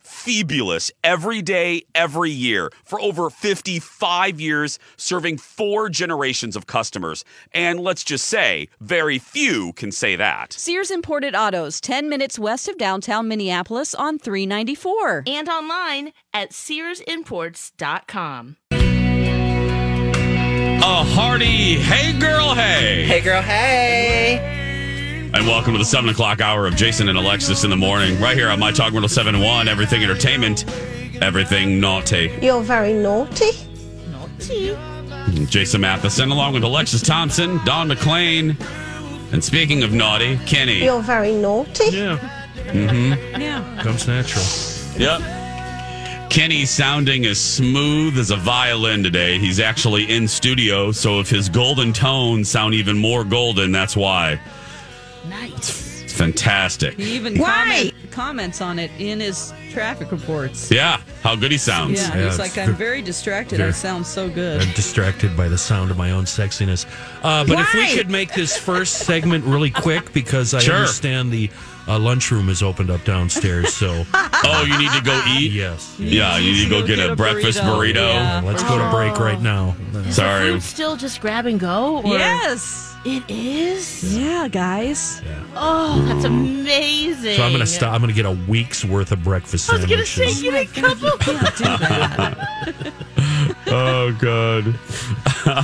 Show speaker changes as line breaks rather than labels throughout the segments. Fabulous. Every day, every year. For over 55 years, serving four generations of customers. And let's just say, very few can say that.
Sears Imported Autos, 10 minutes west of downtown Minneapolis on 394.
and online at SearsImports.com.
A hearty hey, girl, hey.
Hey, girl, hey.
And welcome to the 7 o'clock hour of Jason and Alexis in the morning, right here on My Talk oh Mortal 7 1, everything entertainment, everything naughty.
You're very naughty.
Naughty.
Jason Matheson, along with Alexis Thompson, Don McLean, and speaking of naughty, Kenny.
You're very naughty.
Yeah,
Yeah.
comes natural.
Yep. Kenny sounding as smooth as a violin today. He's actually in studio, so if his golden tones sound even more golden, that's why.
Nice.
It's fantastic.
He even comment, comments on it in his traffic reports.
Yeah, how good he sounds.
Yeah,
Yeah,
he's
it's
like,
ve-
I'm very distracted. I
very-
sound so good.
I'm distracted by the sound of my own sexiness. Uh, but if we could make this first segment really quick, because I
Sure.
understand the uh, lunchroom is opened up downstairs. So,
Oh, you need to go eat?
yes.
Yeah, you need to go get, a, breakfast burrito.
Yeah.
Let's go to
Oh.
break right now.
Sorry.
Food still just grab and go? Or
Yes.
It is?
Yeah, guys.
Oh, that's amazing.
So I'm gonna stop. I'm gonna get a week's worth of breakfast.
I was going to say,
sandwiches.
get a couple.
Oh, God.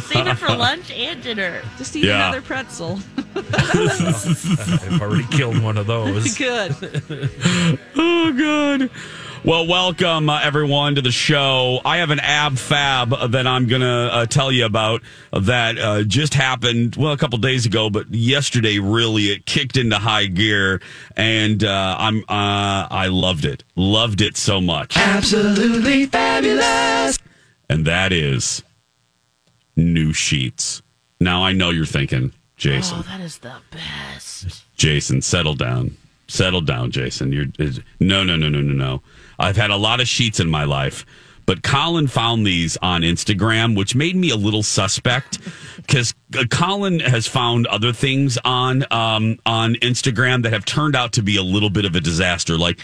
Save it for lunch and dinner.
Just eat
Yeah.
another pretzel.
I've already killed one of those.
Good.
Oh, God. Well, welcome, uh, everyone, to the show. I have an ab fab that I'm going to uh, tell you about that uh, just happened, well, a couple days ago, but yesterday really it kicked into high gear. And uh, I'm, uh, I loved it. Loved it so much.
Absolutely fabulous.
and that is new sheets. Now I know you're thinking, Jason.
Oh, that is the best.
Jason, settle down. Settle down, Jason. You're it- no, no, no, no, no, no. I've had a lot of sheets in my life, but but Colin found these on Instagram, which made me a little suspect because Colin has found other things on um, on Instagram that have turned out to be a little bit of a disaster. Like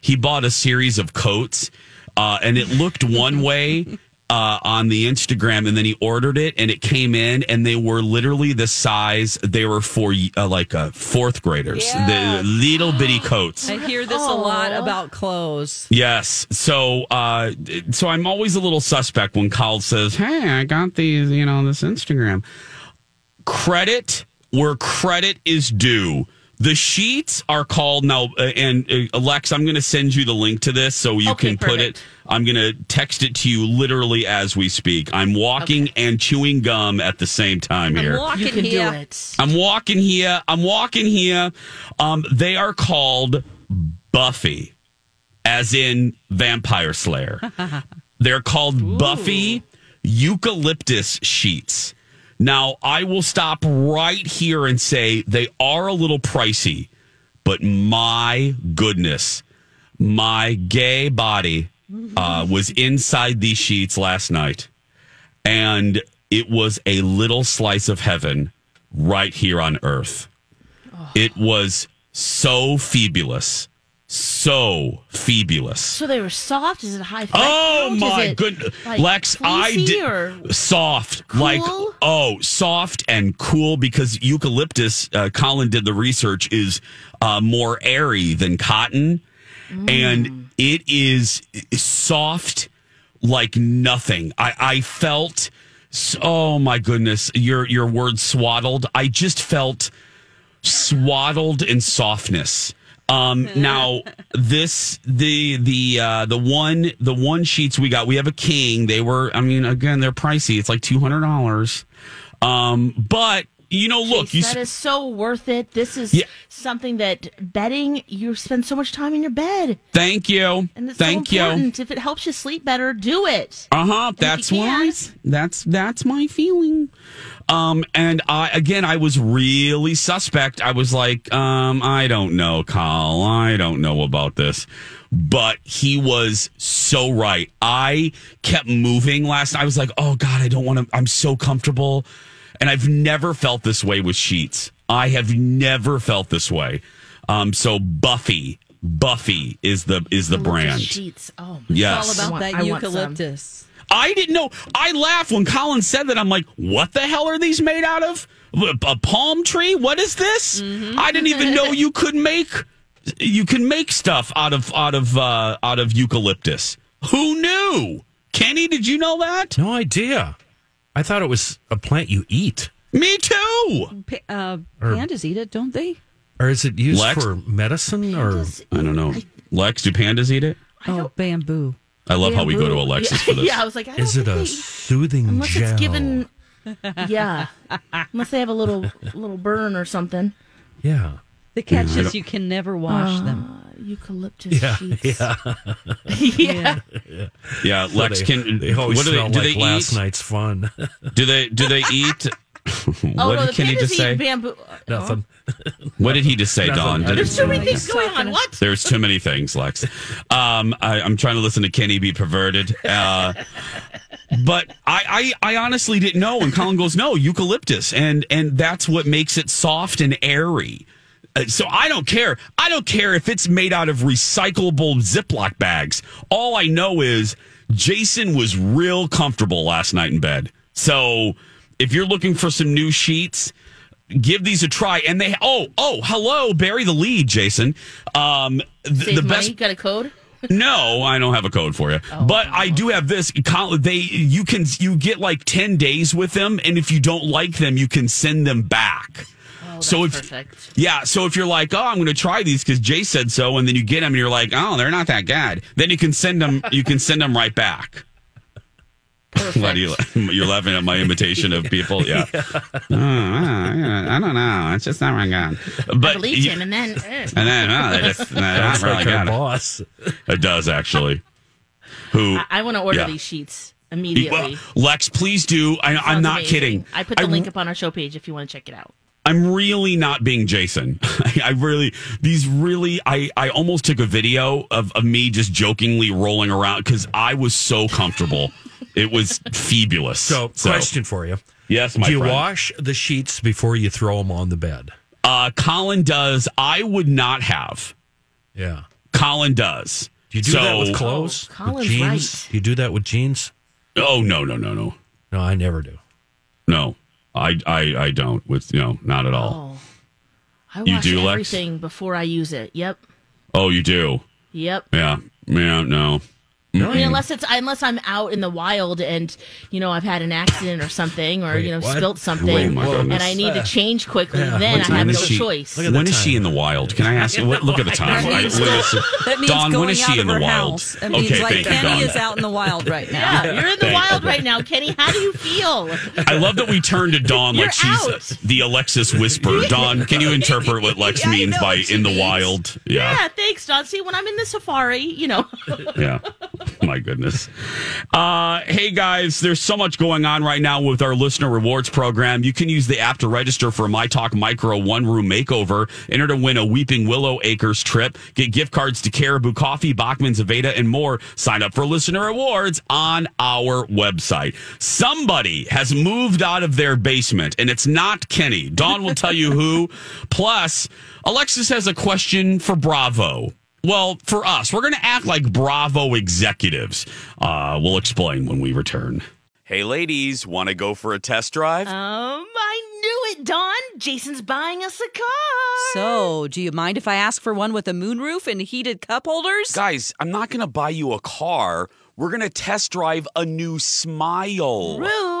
he bought a series of coats, uh, and it looked one way. Uh, on the Instagram, and then he ordered it, and it came in, and they were literally the size they were for uh, like uh, fourth graders, the little bitty coats.
I hear this a lot about clothes.
Yes. So, uh, so I'm always a little suspect when Kyle says, "Hey, I got these," you know, this Instagram credit where credit is due. The sheets are called now, uh, and uh, Alex, I'm going to send you the link to this so you
Okay,
can put
perfect.
it. I'm going to text it to you literally as we speak. I'm walking and chewing gum at the same time here.
Walking
You can
here.
do it.
I'm walking here. I'm walking here. Um, they are called Buffy, as in Vampire Slayer. They're called Buffy eucalyptus sheets. Now, I will stop right here and say they are a little pricey, but my goodness, my gay body uh, was inside these sheets last night and it was a little slice of heaven right here on earth. It was so febulous, so febulous.
So they were soft. Is it high?
Oh
fat? Is
my
it,
goodness,
like,
Lex! I
fleecy
did
or-
soft, like
Cool?
oh, soft and cool because eucalyptus. Uh, Colin did the research is uh, more airy than cotton,
Mm.
and it is soft like nothing. I I felt s- oh my goodness, your your word swaddled. I just felt swaddled in softness. Um, now this the the uh, the one the one sheets we got we have a king they were I mean again they're pricey it's like two hundred dollars um, but you know look you
that
sp-
is so worth it. This is
Yeah.
something that bedding. You spend so much time in your bed,
thank you
and it's
thank
so
you
important. If it helps you sleep better, do it.
uh huh that's
you
why
can.
that's that's my feeling um and I again I was really suspect I was like um I don't know Kyle I don't know about this but he was so right. I kept moving last night. I was like, oh God, I don't want to. I'm so comfortable. And I've never felt this way with sheets. I have never felt this way. Um, so Buffy, Buffy is the is the brand.
Sheets. Oh, my
Yes.
All about
want-
that
I want some.
eucalyptus.
I didn't know. I laughed when Colin said that. I'm like, what the hell are these made out of? A a palm tree? What is this?
Mm-hmm.
I didn't even know you could make you can make stuff out of out of uh, out of eucalyptus. Who knew? Kenny, did you know that?
No idea. I thought it was a plant you eat,
Me too.
Pa- uh, pandas eat it, don't they?
or is it used
Lex?
for medicine? Or
I don't know. Lex, do pandas eat it?
Oh, bamboo.
I love how we go to Alexis for this.
yeah, I was like, I don't
is it
think
a
they-
soothing
unless
gel?
it's given. Yeah, unless they have a little little burn or something.
yeah.
The catch is you can never wash them.
Eucalyptus
Yeah,
sheets. Yeah. yeah.
Yeah, Lex
they,
can.
They always
what do
smell
they, do
like
they
last
eat?
night's fun.
Do they do they eat?
Oh
what
no,
did
the
Kenny
pandas
just
eat
say?
bamboo. uh,
Nothing.
what did he just say, Don?
Nothing.
Did-
There's too many things going on. What?
There's too many things, Lex. Um, I, I'm trying to listen to Kenny be perverted. Uh, but I, I, I honestly didn't know. And Colin goes, no, eucalyptus. And, and that's what makes it soft and airy. Uh, So I don't care. I don't care if it's made out of recyclable Ziploc bags. All I know is Jason was real comfortable last night in bed. So if you're looking for some new sheets, give these a try. And they oh oh hello, bury the lead, Jason. Um, th-
Save
the
money. Oh,
best
You got a code?
no, I don't have a code for you, but I do have this. Col- They you can you get like ten days with them, and if you don't like them, you can send them back. so if
Oh, perfect.
yeah, so if you're like, oh, I'm going to try these because Jay said so, and then you get them, and you're like, oh, they're not that good. Then you can send them. You can send them right back. Why do you, you're laughing at my imitation of people? Yeah. Oh, I don't know. It's just not my god. But
Believe
you-
him, and then eh.
And then oh, they just, they're not
That's
really
like our
good.
boss.
It does actually. Who?
I, I want to order
Yeah.
these sheets
Well,
immediately.
Lex, please do. I, I'm
Sounds
not
amazing.
kidding.
I put the
I-
link up on our show page if you want to check it out.
I I'm really not being Jason. I, I really, these really, I, I almost took a video of, of me just jokingly rolling around because I was so comfortable. it was fabulous.
So, question for you.
Yes, my
Do you
friend.
wash the sheets before you throw them on the bed?
Uh, Colin does. I would not have.
Yeah.
Colin does.
Do you do that with clothes?
Oh, Colin's
with jeans?
right.
Do you do that with jeans?
Oh no no no no
No, I never do.
no. I I I don't with you know not at all.
Oh, I
You
wash
do, Lex?
everything before I use it. Yep,
Oh, you do.
yep.
Yeah yeah no.
I mean, unless it's unless I'm out in the wild and you know I've had an accident or something or
Wait,
you know
what?
spilt something
Wait, Oh, my
and
goodness.
I need to change quickly,
Yeah,
then I
what's the
have no
minute sheet?
choice.
Look at the
When is she
time.
in the wild? Can I ask? What, look at the time.
That means,
I-
go-
listen.
that means
Dawn,
going
when is
out
she in
of
the
her
wild?
house. That means
okay,
like
thank you,
Kenny
Dawn.
is out in the wild right now.
Yeah, you're in the
Thank-
wild
okay.
right now, Kenny. How do you feel?
I love that we turn to Dawn
You're
like she's
out.
the Alexis whisper. Dawn, can you interpret what Lex
Yeah, I
means
know
by
what she
in the
means.
wild?
yeah, thanks, Don. See, when I'm in the safari, you know.
yeah. My goodness. Uh, hey guys, there's so much going on right now with our listener rewards program. You can use the app to register for my talk micro one room makeover. Enter to win a Weeping Willow Acres trip. Get gift cards to Caribou Coffee, Bachman's Aveda, and more. Sign up for listener rewards on our website. Somebody has moved out of their basement and it's not Kenny. Dawn will tell you who. Plus, Alexis has a question for Bravo. Well, for us, we're going to act like Bravo executives. Uh, we'll explain when we return. Hey, ladies, want to go for a test drive?
Um, I knew it, Don. Jason's buying us a car.
So, do you mind if I ask for one with a moonroof and heated cup holders?
Guys, I'm not going to buy you a car. We're going to test drive a new smile.
Rude.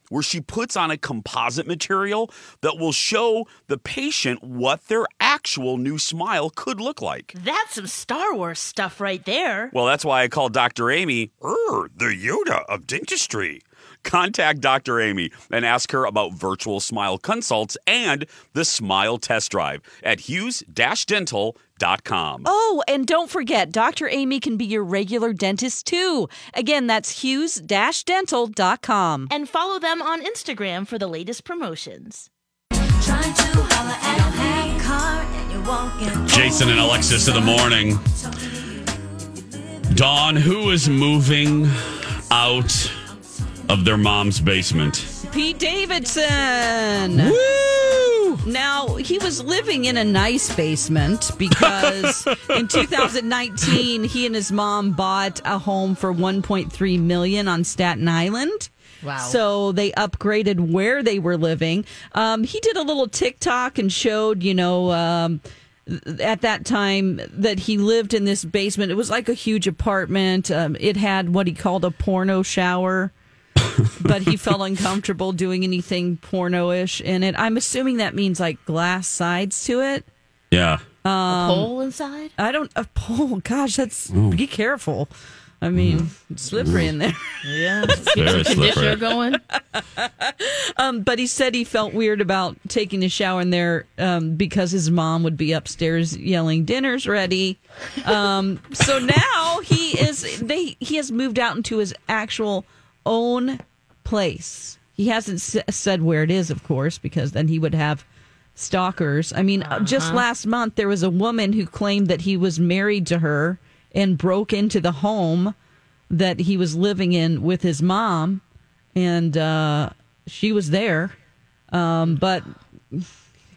where she puts on a composite material that will show the patient what their actual new smile could look like.
That's some Star Wars stuff right there.
Well, that's why I call Dr. Amy er, the Yoda of dentistry. Contact Dr. Amy and ask her about virtual smile consults and the smile test drive at hughes-dental.com.
Oh, and don't forget, Dr. Amy can be your regular dentist too. Again, that's hughes-dental.com.
And follow them on Instagram for the latest promotions.
Trying to holler at a hang car and you're walking.
Jason and Alexis in the morning. Dawn, who is moving out of their mom's basement?
Pete Davidson.
Woo!
Now, he was living in a nice basement because in 2019 he and his mom bought a home for 1.3 million on Staten Island.
Wow.
So they upgraded where they were living. Um, he did a little TikTok and showed, you know, um, at that time that he lived in this basement. It was like a huge apartment. Um, it had what he called a porno shower but he felt uncomfortable doing anything porno-ish in it. I'm assuming that means like glass sides to it.
Yeah.
Um,
a pole inside?
I don't. Uh, oh gosh, that's be careful. I mean, it's slippery in there.
Yeah.
Very
Conditioner
slippery.
going?
Um, but he said he felt weird about taking a shower in there um, because his mom would be upstairs yelling, "Dinner's ready." Um, so now he is. They he has moved out into his actual own place. He hasn't s- said where it is, of course, because then he would have stalkers. I mean, uh just last month there was a woman who claimed that he was married to her and broke into the home that he was living in with his mom, and uh, she was there. Um, but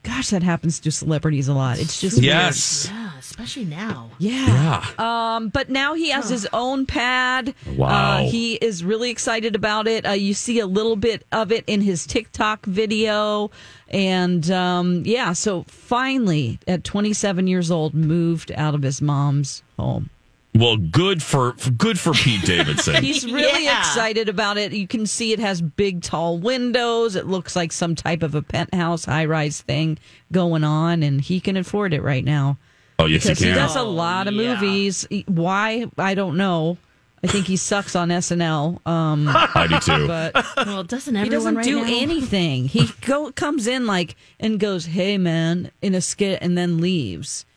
gosh, that happens to celebrities a lot. It's just
Yes.
Yeah, especially now.
weird. yeah. Um, but now he has his own pad.
Wow.
Uh, he is really excited about it. Uh, you see a little bit of it in his TikTok video. And um, yeah, so finally, at 27 years old, moved out of his mom's home.
Well, good for good for Pete Davidson.
He's really
Yeah.
excited about it. You can see it has big, tall windows. It looks like some type of a penthouse, high rise thing going on, and he can afford it right now.
oh yes, he
Because he
can.
does a lot of
Oh, yeah.
movies. He- Why? I don't know. I think he sucks on SNL. Um,
I do too.
but
Well, doesn't everyone
he doesn't
right
do
now?
anything. He go comes in like and goes, "Hey man," in a skit and then leaves.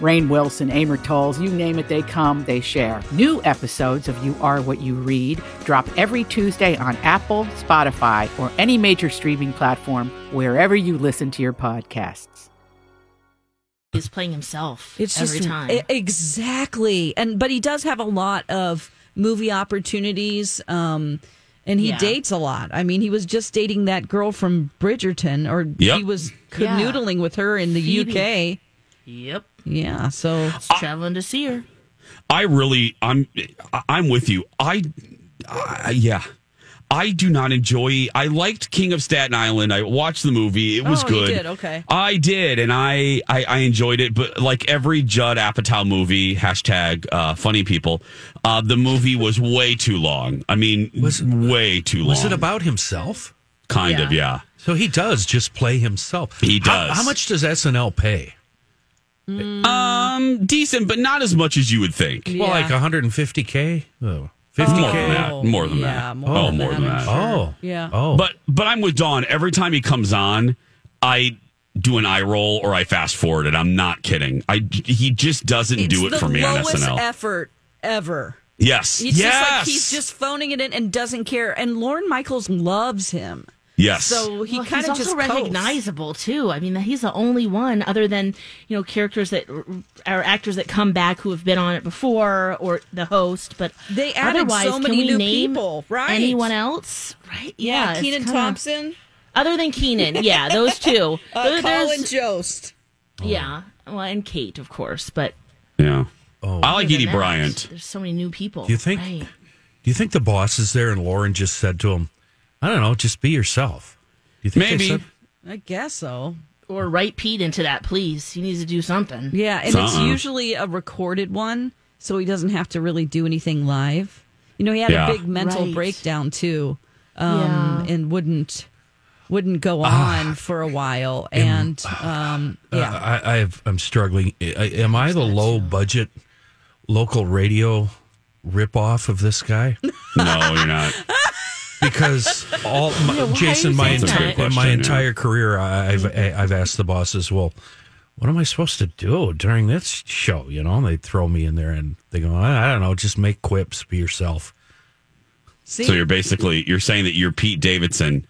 Rain Wilson, Amor Tolls, you name it, they come, they share. New episodes of You Are What You Read drop every Tuesday on Apple, Spotify, or any major streaming platform wherever you listen to your podcasts.
He's playing himself
It's
every
just
time.
e- exactly, and but he does have a lot of movie opportunities, um, and he
Yeah.
dates a lot. I mean, he was just dating that girl from Bridgerton, or
Yep.
he was
Yeah.
canoodling with her in the
Phoebe.
UK.
yep.
Yeah, so
He's traveling to see her.
I really, I'm, I- I'm with you. I, I, yeah, I do not enjoy. I liked King of Staten Island. I watched the movie. It was
Oh, you
good.
did, okay.
I did, and I, I, I enjoyed it. But like every Judd Apatow movie, hashtag uh, funny people, uh, the movie was way too long. I mean,
Was-
way too long.
Was it about himself?
Kind of, yeah.
So he does just play himself.
He
How-
does.
How, much does SNL pay?
Um, decent, but not as much as you would think.
Well,
Yeah.
like 150k. Oh, 50k.
that, more than
yeah,
that.
More
Oh,
than
more
that,
than
I'm
that.
sure.
Oh,
Yeah.
Oh,
But but I'm with Dawn. Every time he comes on, I do an eye roll or I fast forward it. I'm not kidding. I he just doesn't
it's
do it
the
for me on
lowest
SNL.
effort ever.
yes.
It's
yes.
just like he's just phoning it in and doesn't care. And Lauren Michaels loves him.
yes.
So he
Well,
kind
he's
of
also
just coasts.
recognizable too. I mean, he's the only one other than you know characters that are actors that come back who have been on it before or the host. But
They added
otherwise,
so many
can we
new
name
people, right.
Anyone else? Right?
Yeah,
it's
Keenan
kinda-
Thompson,
Other than Keenan, yeah, those two.
uh,
There- there's-
Colin Jost.
yeah, well, and Kate, of course. But
yeah.
Oh.
I like
other
Edie
than that,
Bryant.
There's so many new people.
Do you think-
Right.
do you think the boss is there and Lauren just said to him, "I don't know, just be yourself." Do you think they
Maybe.
said-
I guess so.
Or write Pete into that, please. He needs to do something.
Yeah, and it's
Uh-uh.
usually a recorded one, so he doesn't have to really do anything live. You know, he had
Yeah.
a big mental
Right.
breakdown too, um, and wouldn't wouldn't go
Ah.
on for a while. And um, yeah,
Uh, I, I've, I'm struggling. I, I- am I the low budget local radio ripoff of this guy?
No, you're not.
Because all my,
why are
Jason,
you
my
saying
entire
that? That's a
good
my
question,
entire career, I- I've I- I've asked the bosses, well, what am I supposed to do during this show? You know, and they throw me in there and they go, I, I don't know, just make quips, be yourself
see,
So you're basically you're saying that you're Pete Davidson.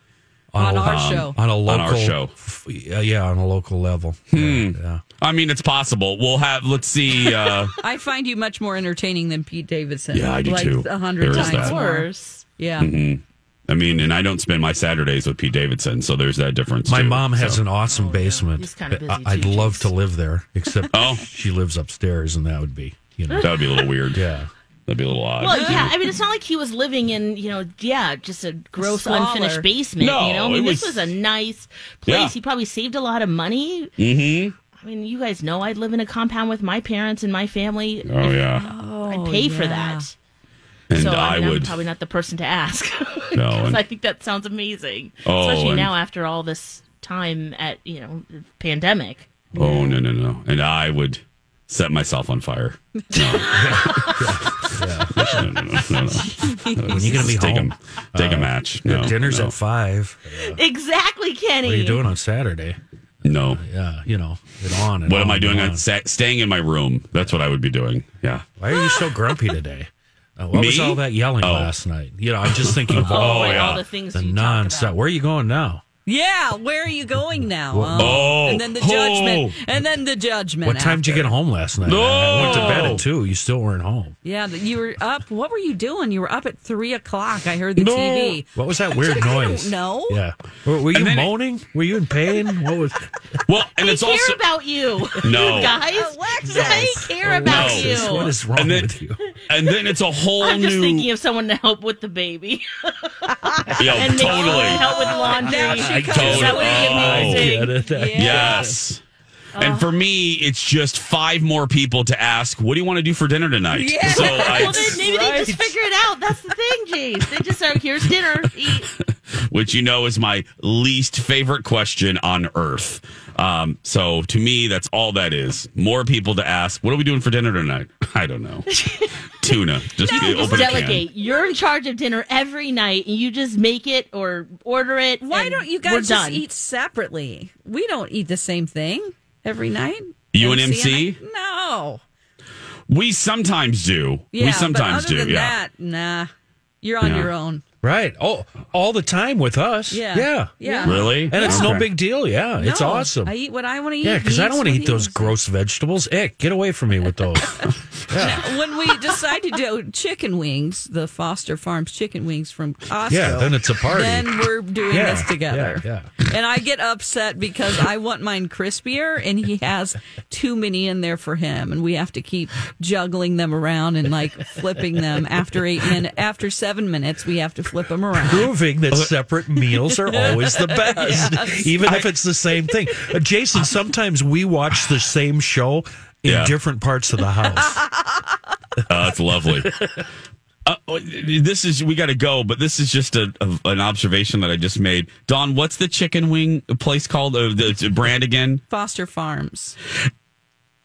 on
a-
our
um,
Oh.
show.
on a
On
local
our show. Hmm.
f- yeah, yeah, on a local level. Yeah, yeah.
I mean, it's possible. We'll have. Let's see. Uh,
I find you much more entertaining than Pete Davidson.
Yeah, I do
like
too.
A hundred
There is
times
that.
more.
Worse.
Yeah.
I mean, and I don't spend my Saturdays with Pete Davidson, so there's that difference.
My
too.
mom has
So-
an awesome basement.
Oh, He's kinda busy
I- I'd
too,
love
Jason.
to live there, except
Oh.
she lives upstairs, and that would be, you know,
That would be a little weird.
yeah.
That'd be a little odd.
Well, yeah. I mean, it's not like he was living in, you know, yeah, just a gross,
Smaller.
unfinished basement.
No,
you know, I
it
mean, this was
was-
a nice place.
Yeah.
He probably saved a lot of money.
Mm-hmm.
I mean, you guys know I'd live in a compound with my parents and my family.
Oh yeah.
I'd pay for that.
And
so
I,
I, mean, I'm
would.
probably not the person to ask.
No,
'Cause
and-
I think that sounds amazing,
Oh,
especially
and-
now after all this time at you know the pandemic.
Oh no no no! And I would set myself on fire. No, no, no, no, no, no.
When you gonna be
Just take
home? Uh,
A, take a match.
Your
No,
dinner's
no,
at five.
Exactly, Kenny.
What are you doing on Saturday? uh,
no.
Yeah, you know, and on. And
What am
on
I doing?
and
I'm sa- staying in my room. That's what I would be doing. Yeah.
Why are you so grumpy today? Uh, what was
Me?
all that yelling
Oh.
last night? You know, I'm just thinking of all,
and all
yeah.
the things
the
you talk
nonstop.
about.
Where are you going now?
Yeah, where are you going now?
Whoa.
um,
Oh.
and then the judgment, and then the judgment.
What time did you
after.
get home last night?
No.
I went to bed at two. You still weren't home.
Yeah, that you were up. What were you doing? You were up at three o'clock. I heard the TV.
What was that weird noise?
No.
Yeah. Were, were you
And then it-
moaning? were you in pain? What was?
Well, and it's
care
also
about you,
No. Oh,
you guys. They care about
Alexis,
you.
What is wrong
and then,
with you?
and then it's a whole
I'm
new.
just thinking of someone to help with the baby
yeah,
and maybe someone
totally.
to help with laundry.
Now she
I
comes
totally-
out
That would be
Oh,
amazing.
it. I
Yes. And for me, it's just five more people to ask, what do you want to do for dinner tonight?
Yeah.
So
Well,
I,
then maybe they just figure it out. That's the thing, Jace. They just are here's dinner. Eat.
which you know is my least favorite question on earth. Um, so to me, that's all that is. More people to ask, what are we doing for dinner tonight? I don't know. Tuna. Just
No,
open
just
a can.
delegate. You're in charge of dinner every night, and you just make it or order it.
Why
and
don't you
we're
guys just
done.
eat separately? We don't eat the same thing every night.
You an
and
MC?
I- No.
We sometimes do.
Yeah,
we sometimes
but
do.
other Than
yeah.
That, nah. You're on
Yeah.
your own.
Right. Oh, all the time with us.
Yeah.
Yeah.
Yeah.
Really?
And it's
Okay.
no big deal. Yeah. It's
No,
awesome.
I eat what I want to eat.
yeah, because
He
I
eats
don't want to
what
eat
he
those
wants.
gross vegetables. Ick, get away from me with those. yeah.
When we decide to do chicken wings, the Foster Farms chicken wings from Costco.
Yeah, then it's a party.
Then we're doing
yeah,
this together.
Yeah. yeah.
And I get upset because I want mine crispier, and he has too many in there for him, and we have to keep juggling them around and like flipping them after eight minutes. After seven minutes, we have to flip them around.
Proving that separate meals are always the best, even if it's the same thing. Uh, Jason, sometimes we watch the same show in
Yeah.
different parts of the house.
Uh, that's lovely. Uh, this is we got to go, but this is just a, a an observation that I just made. Don, what's the chicken wing place called? Uh, the, the brand again?
Foster Farms.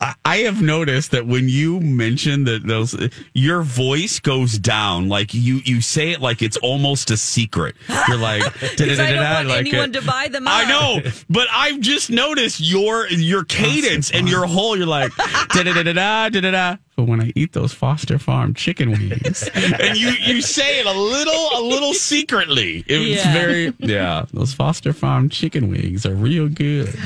I, I have noticed that when you mention that those, your voice goes down. Like you you say it like it's almost a secret. You're like,
Because I don't
"Da-da-da-da,"
want
like
anyone
it.
to buy them.
I
up.
know, but I've just noticed your your cadence and your whole. You're like da da da da da da da. da. But when I eat those Foster Farm chicken wings, and you you say it a little a little secretly. It was
Yeah.
very yeah. Those Foster Farm chicken wings are real good.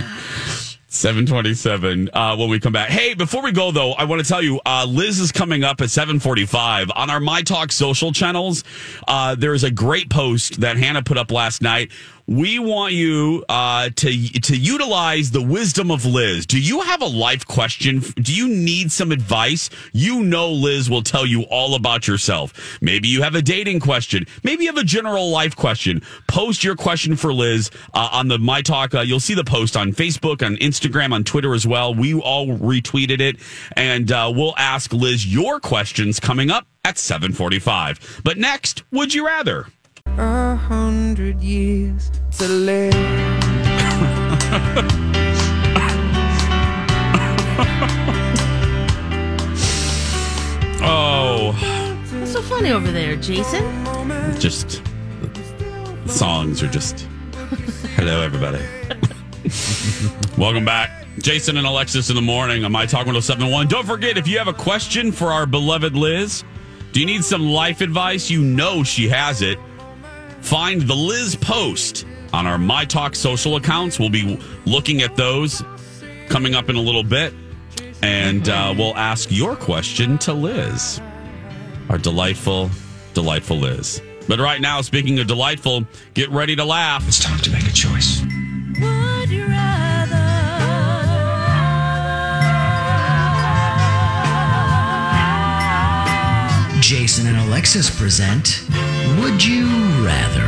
727 uh, when we come back. Hey, before we go though, I want to tell you, uh, Liz is coming up at 745 on our My Talk social channels. Uh, there is a great post that Hannah put up last night. We want you uh, to to utilize the wisdom of Liz. Do you have a life question? Do you need some advice? You know Liz will tell you all about yourself. Maybe you have a dating question. Maybe you have a general life question. Post your question for Liz uh, on the My Talk. Uh, you'll see the post on Facebook, on Instagram, on Twitter as well. We all retweeted it, and uh, we'll ask Liz your questions coming up at 7:45. But next, would you rather?
A hundred years to live.
Oh,
What's so funny over there, Jason?
just songs are just. Hello, everybody. Welcome back. Jason and Alexis in the morning on My Talk 1071. Don't forget, if you have a question for our beloved Liz, do you need some life advice? You know she has it. Find the Liz post on our My Talk social accounts. We'll be looking at those coming up in a little bit. And uh, we'll ask your question to Liz, our delightful, delightful Liz. But right now, speaking of delightful, get ready to laugh.
It's time to make a choice.
Would you rather?
Jason and Alexis present Would You Rather?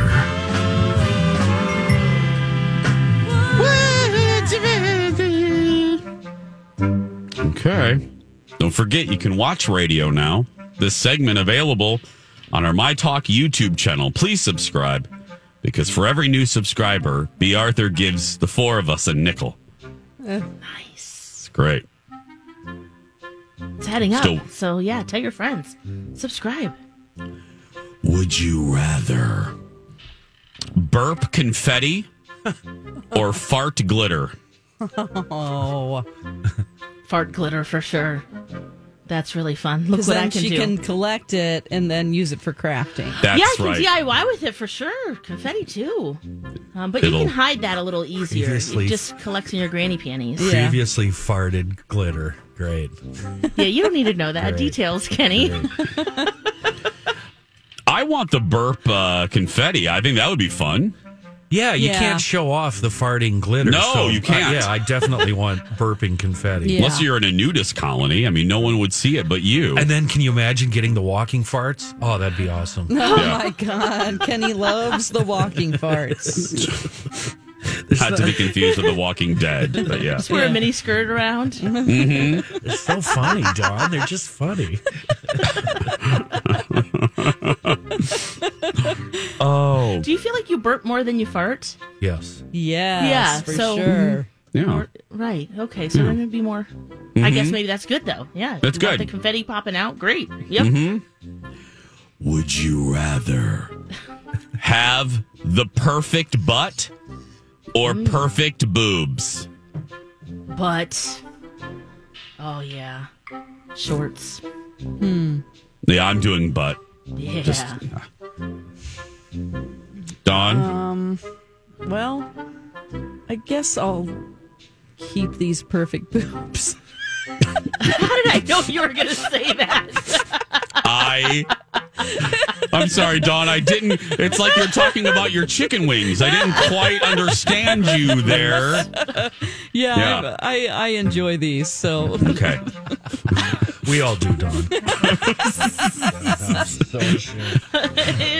Okay. Don't forget, you can watch radio now. This segment available on our My Talk YouTube channel. Please subscribe because for every new subscriber, B. Arthur gives the four of us a nickel. nice. It's great.
It's heading up.
Still-
So yeah, tell your friends. Subscribe.
Would you rather burp confetti or fart glitter?
Oh,
Fart glitter for sure. That's really fun. Look
because
what
then
I can
she
do.
can collect it and then use it for crafting.
That's
yeah, I can
right.
DIY with it for sure. Confetti too. Um, but
It'll-
you can hide that a little easier.
Previously-
It just collects in your granny panties.
Previously farted glitter. Great.
yeah, you don't need to know that.
Great.
Details, Kenny.
I want the burp uh, confetti. I think that would be fun.
Yeah, you
Yeah.
can't show off the farting glitter.
No,
so,
you
uh,
can't.
yeah, I definitely want burping confetti.
Unless you're in a nudist colony. I mean, no one would see it but you.
And then, can you imagine getting the walking farts? Oh, that'd be awesome.
Oh my God. Kenny loves the walking farts.
Not to be confused with The Walking Dead, but yeah.
Just wear a mini skirt around.
Mhm.
They're so funny, Don. They're just funny.
oh.
Do you feel like you burp more than you fart?
Yes.
Yes,
yeah.
for
so
sure.
Yeah.
Or- right. Okay. So
Yeah.
then it'd be more. I guess
Mhm.
maybe that's good though. Yeah.
That's
You want
good.
The confetti popping out. Great. Yep.
Would you rather have the perfect butt or perfect boobs?
But. Oh yeah. Shorts.
Hmm.
Yeah, I'm doing butt.
Yeah.
Don,
Um, well, I guess I'll keep these perfect boobs.
How did I know you were going to say that?
I. I'm sorry, Don. I didn't. It's like you're talking about your chicken wings. I didn't quite understand you there.
Yeah,
Yeah.
I, I I enjoy these. So
Okay.
We all do, Don.
Ew,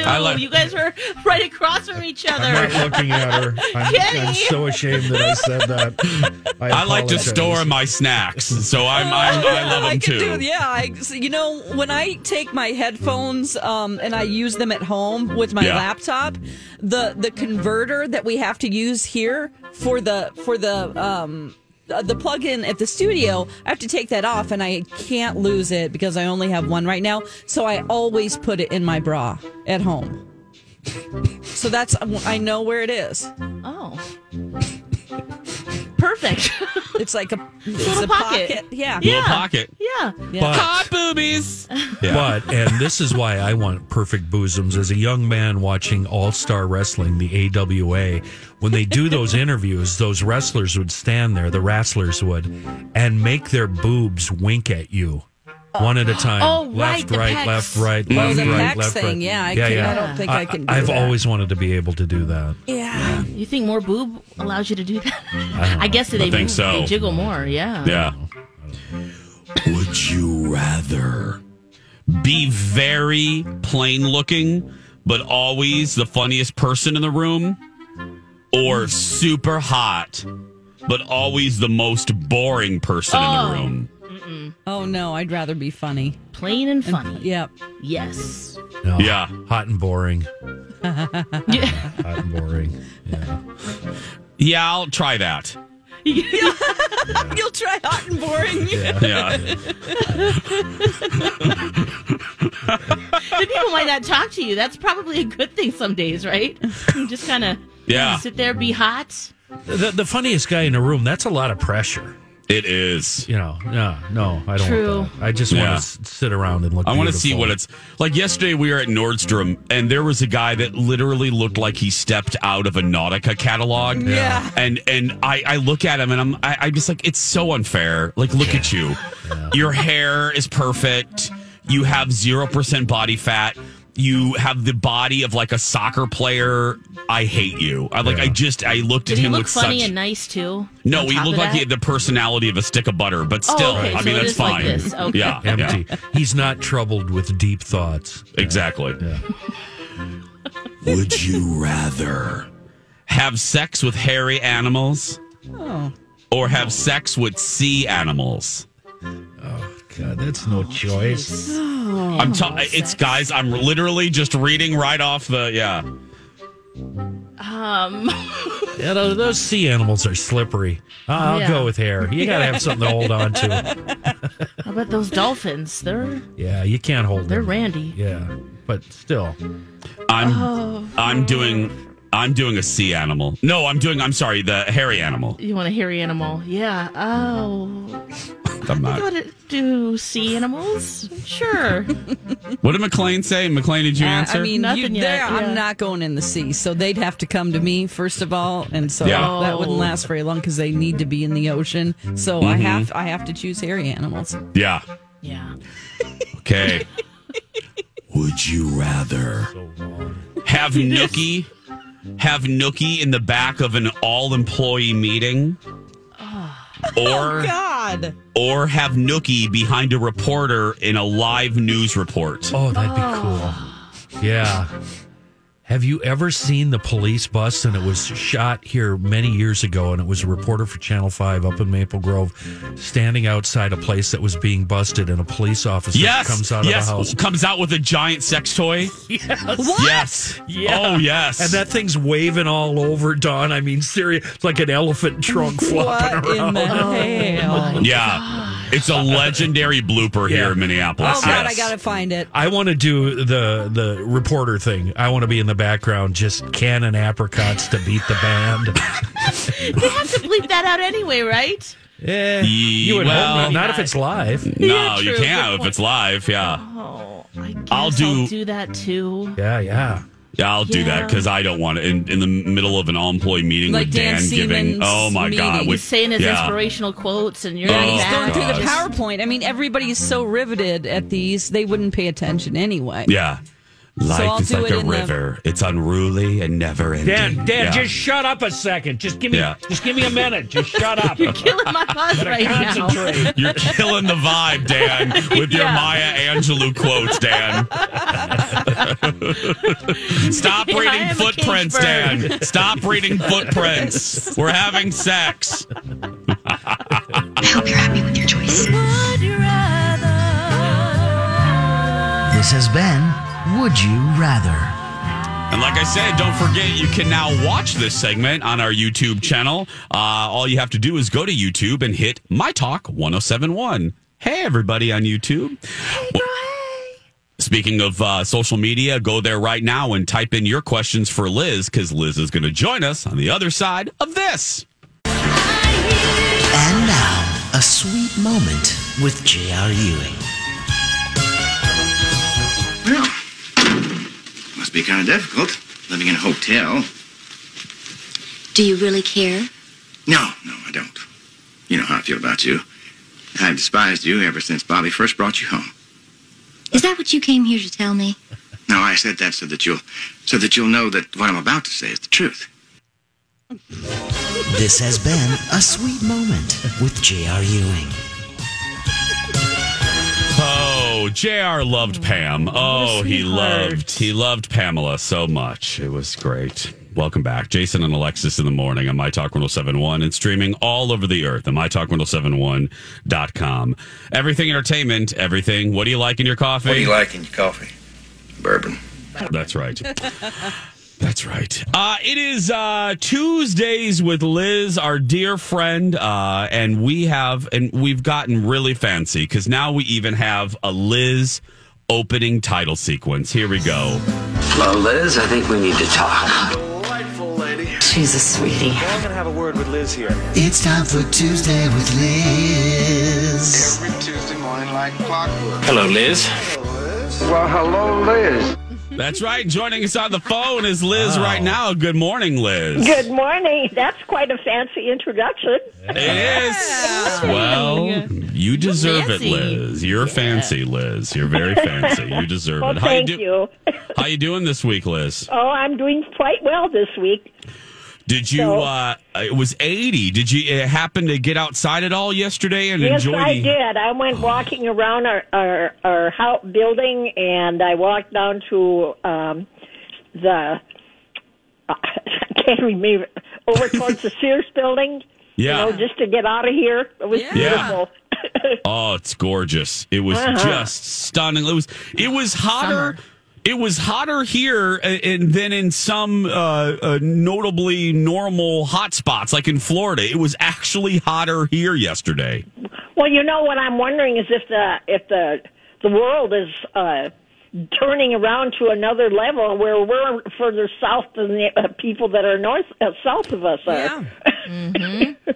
I like-
you guys were right across from each other.
I'm not looking at her. I'm,
Kenny!
I'm so ashamed that I said that. I,
I, like to
apologize.
store my snacks, so I'm, I'm I love them
I
too.
can do. Yeah, I, so, you know when I take my headphones um, and I use them at home with my
Yeah.
laptop, the the converter that we have to use here for the for the um, uh, the plug-in at the studio, I have to take that off, and I can't lose it because I only have one right now. So I always put it in my bra at home. So that's I know where it is.
Oh. Perfect.
It's like a it's
Little
a
pocket.
Yeah.
Little pocket.
Yeah.
But-
Hot boobies.
But and this is why I want perfect bosoms. As a young man watching All Star Wrestling, the AWA, when they do those interviews, those wrestlers would stand there, the wrestlers would, and make their boobs wink at you. One at a time.
Oh, right,
left,
the
right,
pecs.
left, right,
Oh,
left,
the
right,
pecs
left,
thing.
right.
Yeah, I
yeah,
can-
yeah.
I don't think I can do
I've
that.
always wanted to be able to do that.
Yeah.
You think more boob allows you to do that?
don't
I, guess
know.
they,
I think
move-
so.
they jiggle more. Yeah.
Yeah. Would you rather be very plain looking, but always the funniest person in the room, or super hot, but always the most boring person in the
Oh.
room?
Oh no, I'd rather be funny.
Plain and funny.
yep.
Yes.
No,
Yeah.
Hot and boring. Hot and boring.
Yeah, I'll try that.
You'll try hot and boring.
Yeah.
the people might not talk to you. That's probably a good thing some days, right? You just kind of
Yeah.
sit there, be hot.
The, the funniest guy in the room, that's a lot of pressure.
It is.
You know, no, no, I don't.
True.
Want that. I just want
Yeah.
to s- sit around and look.
I want to
beautiful.
see what it's like. Yesterday, we were at Nordstrom, and there was a guy that literally looked like he stepped out of a Nautica catalog.
Yeah.
and and I, I look at him, and I'm I, I'm just like, it's so unfair. Like, look at you, your hair is perfect. You have zero percent body fat. You have the body of like a soccer player. I hate you. I like. I just I looked
Did
at
he
him
look
with
funny
such.
and nice too?
no,
on
he
top
looked
of
like he
that?
had the personality of a stick of butter, but
Oh,
still,
okay,
I
so
mean
it
that's
is like
fine.
this, okay.
Yeah, yeah.
empty. He's not troubled with deep thoughts.
Exactly.
Yeah.
Would you rather have sex with hairy animals
Oh.
or have sex with sea animals?
God, that's no choice.
Oh.
I'm ta- it's guys, I'm literally just reading right off the yeah.
Um,
Yeah, those, those sea animals are slippery. Uh, I'll
Yeah.
go with hair. You got to have something to hold on to.
how about those dolphins? They're
Yeah, you can't hold
they're
them.
randy.
Yeah, but still.
I'm I'm doing I'm doing a sea animal. No, I'm doing I'm sorry, the hairy animal.
You want a hairy animal? Yeah. Oh,
I'm
Go
not.
to do sea animals? Sure.
What did McLean say? McLean, did you
Uh,
answer?
I mean, you,
Nothing yet,
there,
yeah.
I'm not going in the sea, so they'd have to come to me first of all, and so
Yeah.
that wouldn't last very long because they need to be in the ocean. So I
Mhm.
have I have to choose hairy animals.
yeah.
Yeah.
Okay. Would you rather have Nookie have Nookie in the back of an all-employee meeting, or
God.
or have Nookie behind a reporter in a live news report?
Oh, that'd be cool. Yeah. Have you ever seen the police bus? And it was shot here many years ago, and it was a reporter for Channel 5 up in Maple Grove standing outside a place that was being busted, and a police officer
Yes,
comes out
yes,
of the house.
comes out with a giant sex toy.
Yes.
What?
Yes. Oh, yes.
And that thing's waving all over, Don. I mean, serious, like an elephant trunk flopping
What in
Oh,
around.
the hell?
yeah, it's a legendary blooper here in Minneapolis.
Oh God, I
yes.
gotta find it.
I want to do the the reporter thing. I want to be in the background, just canning apricots to beat the band.
They have to bleep that out anyway, right?
yeah,
Ye-
you would
well-
hope not. Not if it's live.
No,
Yeah,
you
true.
can't
Good
if it's live. Yeah,
Oh, I guess
I'll
I'll
do-
do, that too.
Yeah, yeah.
yeah, I'll do that
Yeah.
because I don't want it in, in the middle of an all-employee meeting
Like
with
Dan
Dan, giving.
Siemens'
Oh my God,
meeting.
with,
He's saying his
yeah.
inspirational quotes, and you're
Oh,
not
He's
back.
going through the
God.
PowerPoint. I mean, everybody's so riveted at these, they wouldn't pay attention anyway.
Yeah, life
I'll
is
do
like
it
a
in the-
river; it's unruly and never ending.
Dan, Dan,
yeah.
just shut up a second. Just give me,
Yeah.
just give me a minute. Just shut up.
You're killing my buzz right now.
Concentrate.
You're killing the vibe, Dan, with your
Yeah.
Maya Angelou quotes, Dan. Stop
Yeah, I
reading
am a cage
footprints,
bird.
Dan. Stop reading footprints. We're having sex.
I hope you're happy with your choice. Would you rather?
This has been Would You Rather?
And like I said, don't forget you can now watch this segment on our YouTube channel. Uh, all you have to do is go to YouTube and hit My Talk 1071. Hey, everybody on YouTube. Speaking of uh, social media, go there right now and type in your questions for Liz because Liz is going to join us on the other side of this.
And now, a sweet moment with J.R. Ewing.
Well, must be kind of difficult living in a hotel.
Do you really care?
No, no, I don't. You know how I feel about you. I've despised you ever since Bobby first brought you home.
Is that what you came here to tell me?
No, I said that so that you'll, so that you'll know that what I'm about to say is the truth.
This has been a sweet moment with J.R. Ewing.
Oh, JR loved Pam. Oh, he loved he loved Pamela so much. It was great. Welcome back. Jason and Alexis in the morning on My Talk 1071 and streaming all over the earth at MyTalk1071.com. Everything entertainment, everything. What do you like in your coffee?
What do you like in your coffee? Bourbon.
That's right. That's right. Uh, it is uh, Tuesdays with Liz, our dear friend, uh, and we have and we've gotten really fancy because now we even have a Liz opening title sequence. Here we go.
Well, Liz, I think we need to talk.
Delightful lady.
She's a sweetie.
Well, I'm gonna have a word with Liz here.
It's time for Tuesday with Liz.
Every Tuesday morning, like clockwork.
Hello, Liz.
Well, hello, Liz.
That's right. Joining us on the phone is Liz right now. Good morning, Liz.
Good morning. That's quite a fancy introduction.
It is. Well, you deserve it,
fancy.
Liz. You're fancy, Liz. You're very fancy. You deserve
well,
it.
thank
you, do-
you.
How you doing this week, Liz?
Oh, I'm doing quite well this week.
Did you?
So-
uh It was eighty. Did you uh, happen to get outside at all yesterday and
yes,
enjoy?
I
the- Oh,
did. I went walking around our our, our house building, and I walked down to um, the uh, I can't remember over towards the Sears building.
Yeah.
You know, just to get out of here. It was
Yeah.
beautiful.
Oh, it's gorgeous. It was
Uh-huh.
just stunning. It was. It was hotter. It was hotter here uh, and than in some uh, uh, notably normal hot spots, like in Florida. It was actually hotter here yesterday.
Well, you know what I'm wondering is if the if the the world is uh, turning around to another level where we're further south than the uh, people that are north uh, south of us are.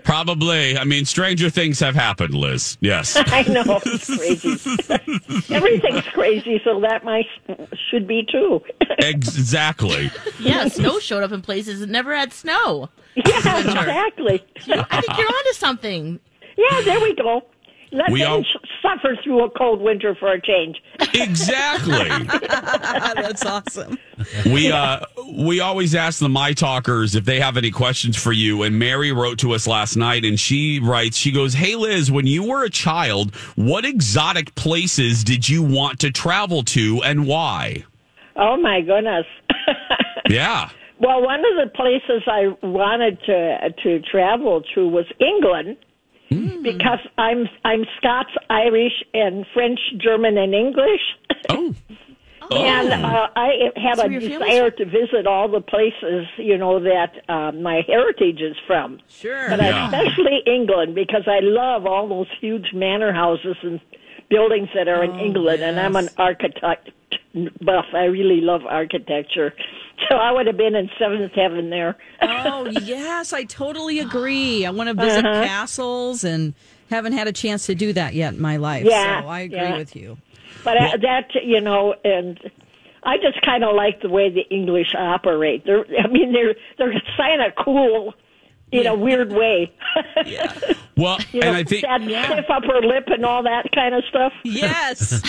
Probably. I mean, stranger things have happened, Liz. Yes.
I know. It's crazy. Everything's crazy, so that might should be too.
Exactly.
Yeah, snow showed up in places that never had snow.
Yeah, exactly.
I think you're onto something.
Yeah, there we go. Let
We
them
all-
s- suffer through a cold winter for a change.
Exactly.
That's awesome.
We uh we always ask the my talkers if they have any questions for you and Mary wrote to us last night and she writes she goes, "Hey Liz, when you were a child, what exotic places did you want to travel to and why?"
Oh my goodness.
Yeah.
Well, one of the places I wanted to to travel to was England because I'm I'm Scots, Irish, and French, German, and English.
Oh.
And uh, I had
So
a
your family's-
desire to visit all the places, you know, that uh, my heritage is from.
Sure.
But
Yeah.
especially England because I love all those huge manor houses and buildings that are in England. And I'm an architect buff. I really love architecture. So I would have been in seventh heaven there.
Oh yes, I totally agree. I want to visit
Uh-huh.
castles and haven't had a chance to do that yet in my life.
Yeah,
so I agree
yeah.
with you.
But I, that you know, and I just kind of like the way the English operate. They're, I mean, they're they're kind of cool in a weird way.
Well,
You
and
know,
I think
that stiff upper lip and all that kind of stuff.
Yes.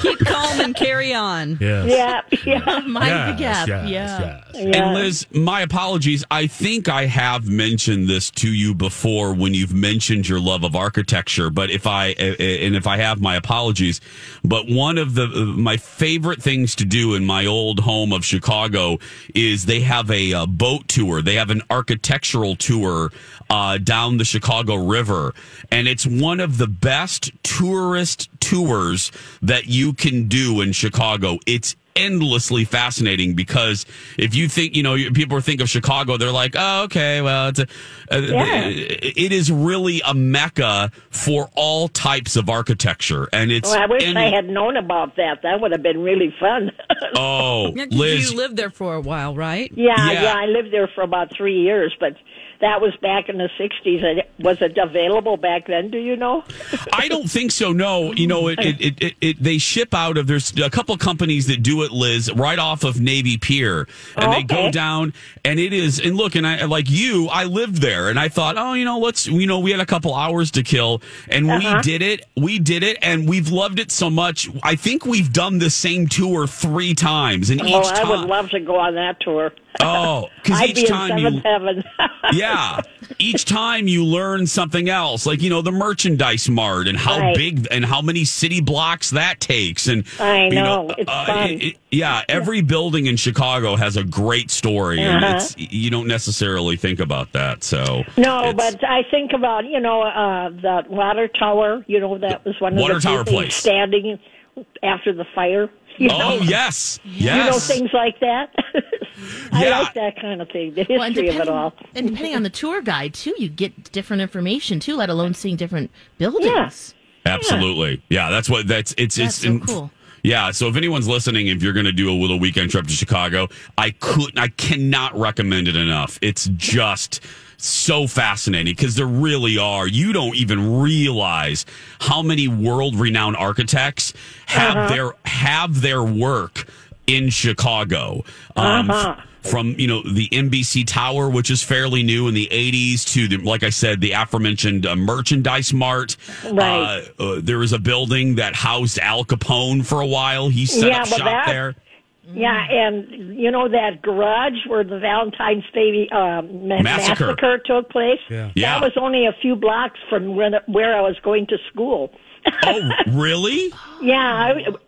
Keep calm and carry on.
Yes.
Yeah, yeah.
Mind the
Yes,
gap.
yes,
yeah.
And Liz, my apologies. I think I have mentioned this to you before when you've mentioned your love of architecture, but if I eh, and if I have, my apologies. But one of the eh, my favorite things to do in my old home of Chicago is they have a, uh boat tour. They have an architectural tour uh, down the Chicago River, and it's one of the best tourist tours that you can do in Chicago. It's endlessly fascinating because if you think you know you- people think of chicago they're like oh okay well it's a, uh, it is really a mecca for all types of architecture and it's
Well, I wish
end-
I had known about that. That would have been really fun.
oh
Yeah, 'cause
liz
you lived there for a while, right?
Yeah, yeah, I lived there for about three years, but that was back in the '60s. I di- Was it available back then? Do you know?
I don't think so. No, you know, it, it, it, it, it they ship out of there's a couple companies that do it, Liz, right off of Navy Pier, and they go
Okay.
down, and it is, and look, and I like you, I lived there, and I thought, oh, you know, let's, you know, we had a couple hours to kill, and
Uh-huh.
we did it, we did it, and we've loved it so much. I think we've done the same tour three times, and each
oh, I
time,
would love to go on that tour.
oh, because
I'd
each
be in
time
seventh
you
heaven.
yeah. Each time you learn something else, like you know the merchandise mart and how
Right.
big and how many city blocks that takes, and
I
you
know. It's
uh,
fun.
it- it- yeah, every building in Chicago has a great story, and
Uh-huh.
it's you don't necessarily think about that. So
No,
it's-
but I think about you know uh that water tower. You know that was one of
Water
the
tower
few things
place.
standing after the fire. You
oh
know?
yes, yes,
You know things like that. I
Yeah.
like that kind of thing. The
Well, and
history of it all.
And depending on the tour guide, too, you get different information, too, let alone seeing different buildings.
absolutely, yeah. That's what that's it's
That's
it's
so cool.
Yeah, so if anyone's listening, if you're going to do a little weekend trip to Chicago, I could, I cannot recommend it enough. It's just so fascinating because there really are. You don't even realize how many world-renowned architects have
Uh-huh.
their have their work in Chicago. Um, f-
Uh-huh.
From you know the NBC Tower, which is fairly new in the '80s, to the like I said, the aforementioned uh, merchandise mart.
Right.
Uh, uh, there was a building that housed Al Capone for a while. He set
Yeah,
up
but
shop
that-
there.
Mm-hmm.
Yeah, and you know that garage where the Valentine's Day um, ma-
Massacre.
massacre. took place.
Yeah.
That
Yeah.
was only a few blocks from when, where I was going to school.
Oh, really?
Yeah,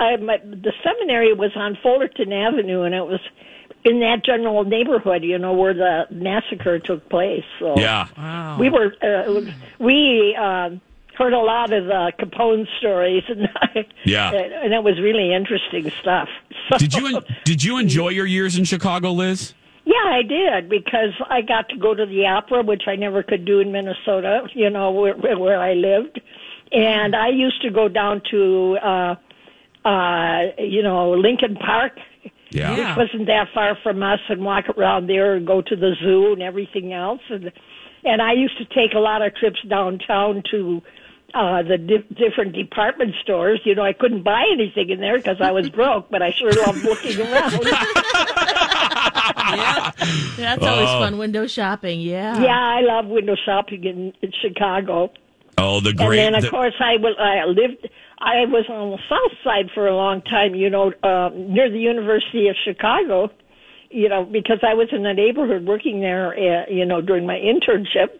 I, I my, the seminary was on Fullerton Avenue, and it was in that general neighborhood, you know, where the massacre took place. So
Yeah.
we were uh, it was- we um heard a lot of the Capone stories, and
Yeah.
and it was really interesting stuff. So,
Did you en- did you enjoy your years in Chicago, Liz?
yeah, I did because I got to go to the opera, which I never could do in Minnesota, you know, where, where where I lived. And I used to go down to, uh, uh, you know, Lincoln Park,
Yeah.
which wasn't that far from us, and walk around there and go to the zoo and everything else. And and I used to take a lot of trips downtown to uh, the di- different department stores. You know, I couldn't buy anything in there because I was broke, but I sure loved looking around.
That's always
Oh.
fun. Window shopping,
Ah.
yeah.
Yeah, I love window shopping in, in Chicago.
Oh, the great.
and then, of
the-
course, I was I lived. I was on the south side for a long time. You know, um, near the University of Chicago. You know, because I was in the neighborhood working there. Uh, you know, during my internship,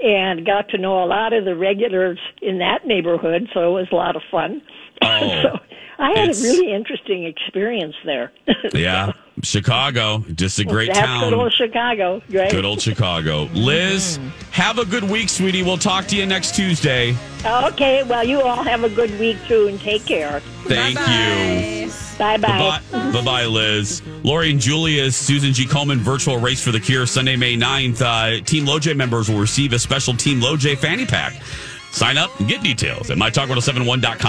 and got to know a lot of the regulars in that neighborhood. So it was a lot of fun.
Oh.
so I had
It's-
a really interesting experience there.
yeah, Chicago, just a great
That's
town.
Good old Chicago, right?
Good old Chicago. Liz, have a good week, sweetie. We'll talk to you next Tuesday.
Okay, well, you all have a good week too, and take care.
Thank you.
Bye bye.
Bye bye, Liz. Lori and Julia's Susan G. Coleman virtual race for the cure Sunday, May 9th. Uh, Team LoJ members oh will receive a special Team LoJ fanny pack. Sign up and get details at mytalk1071.com.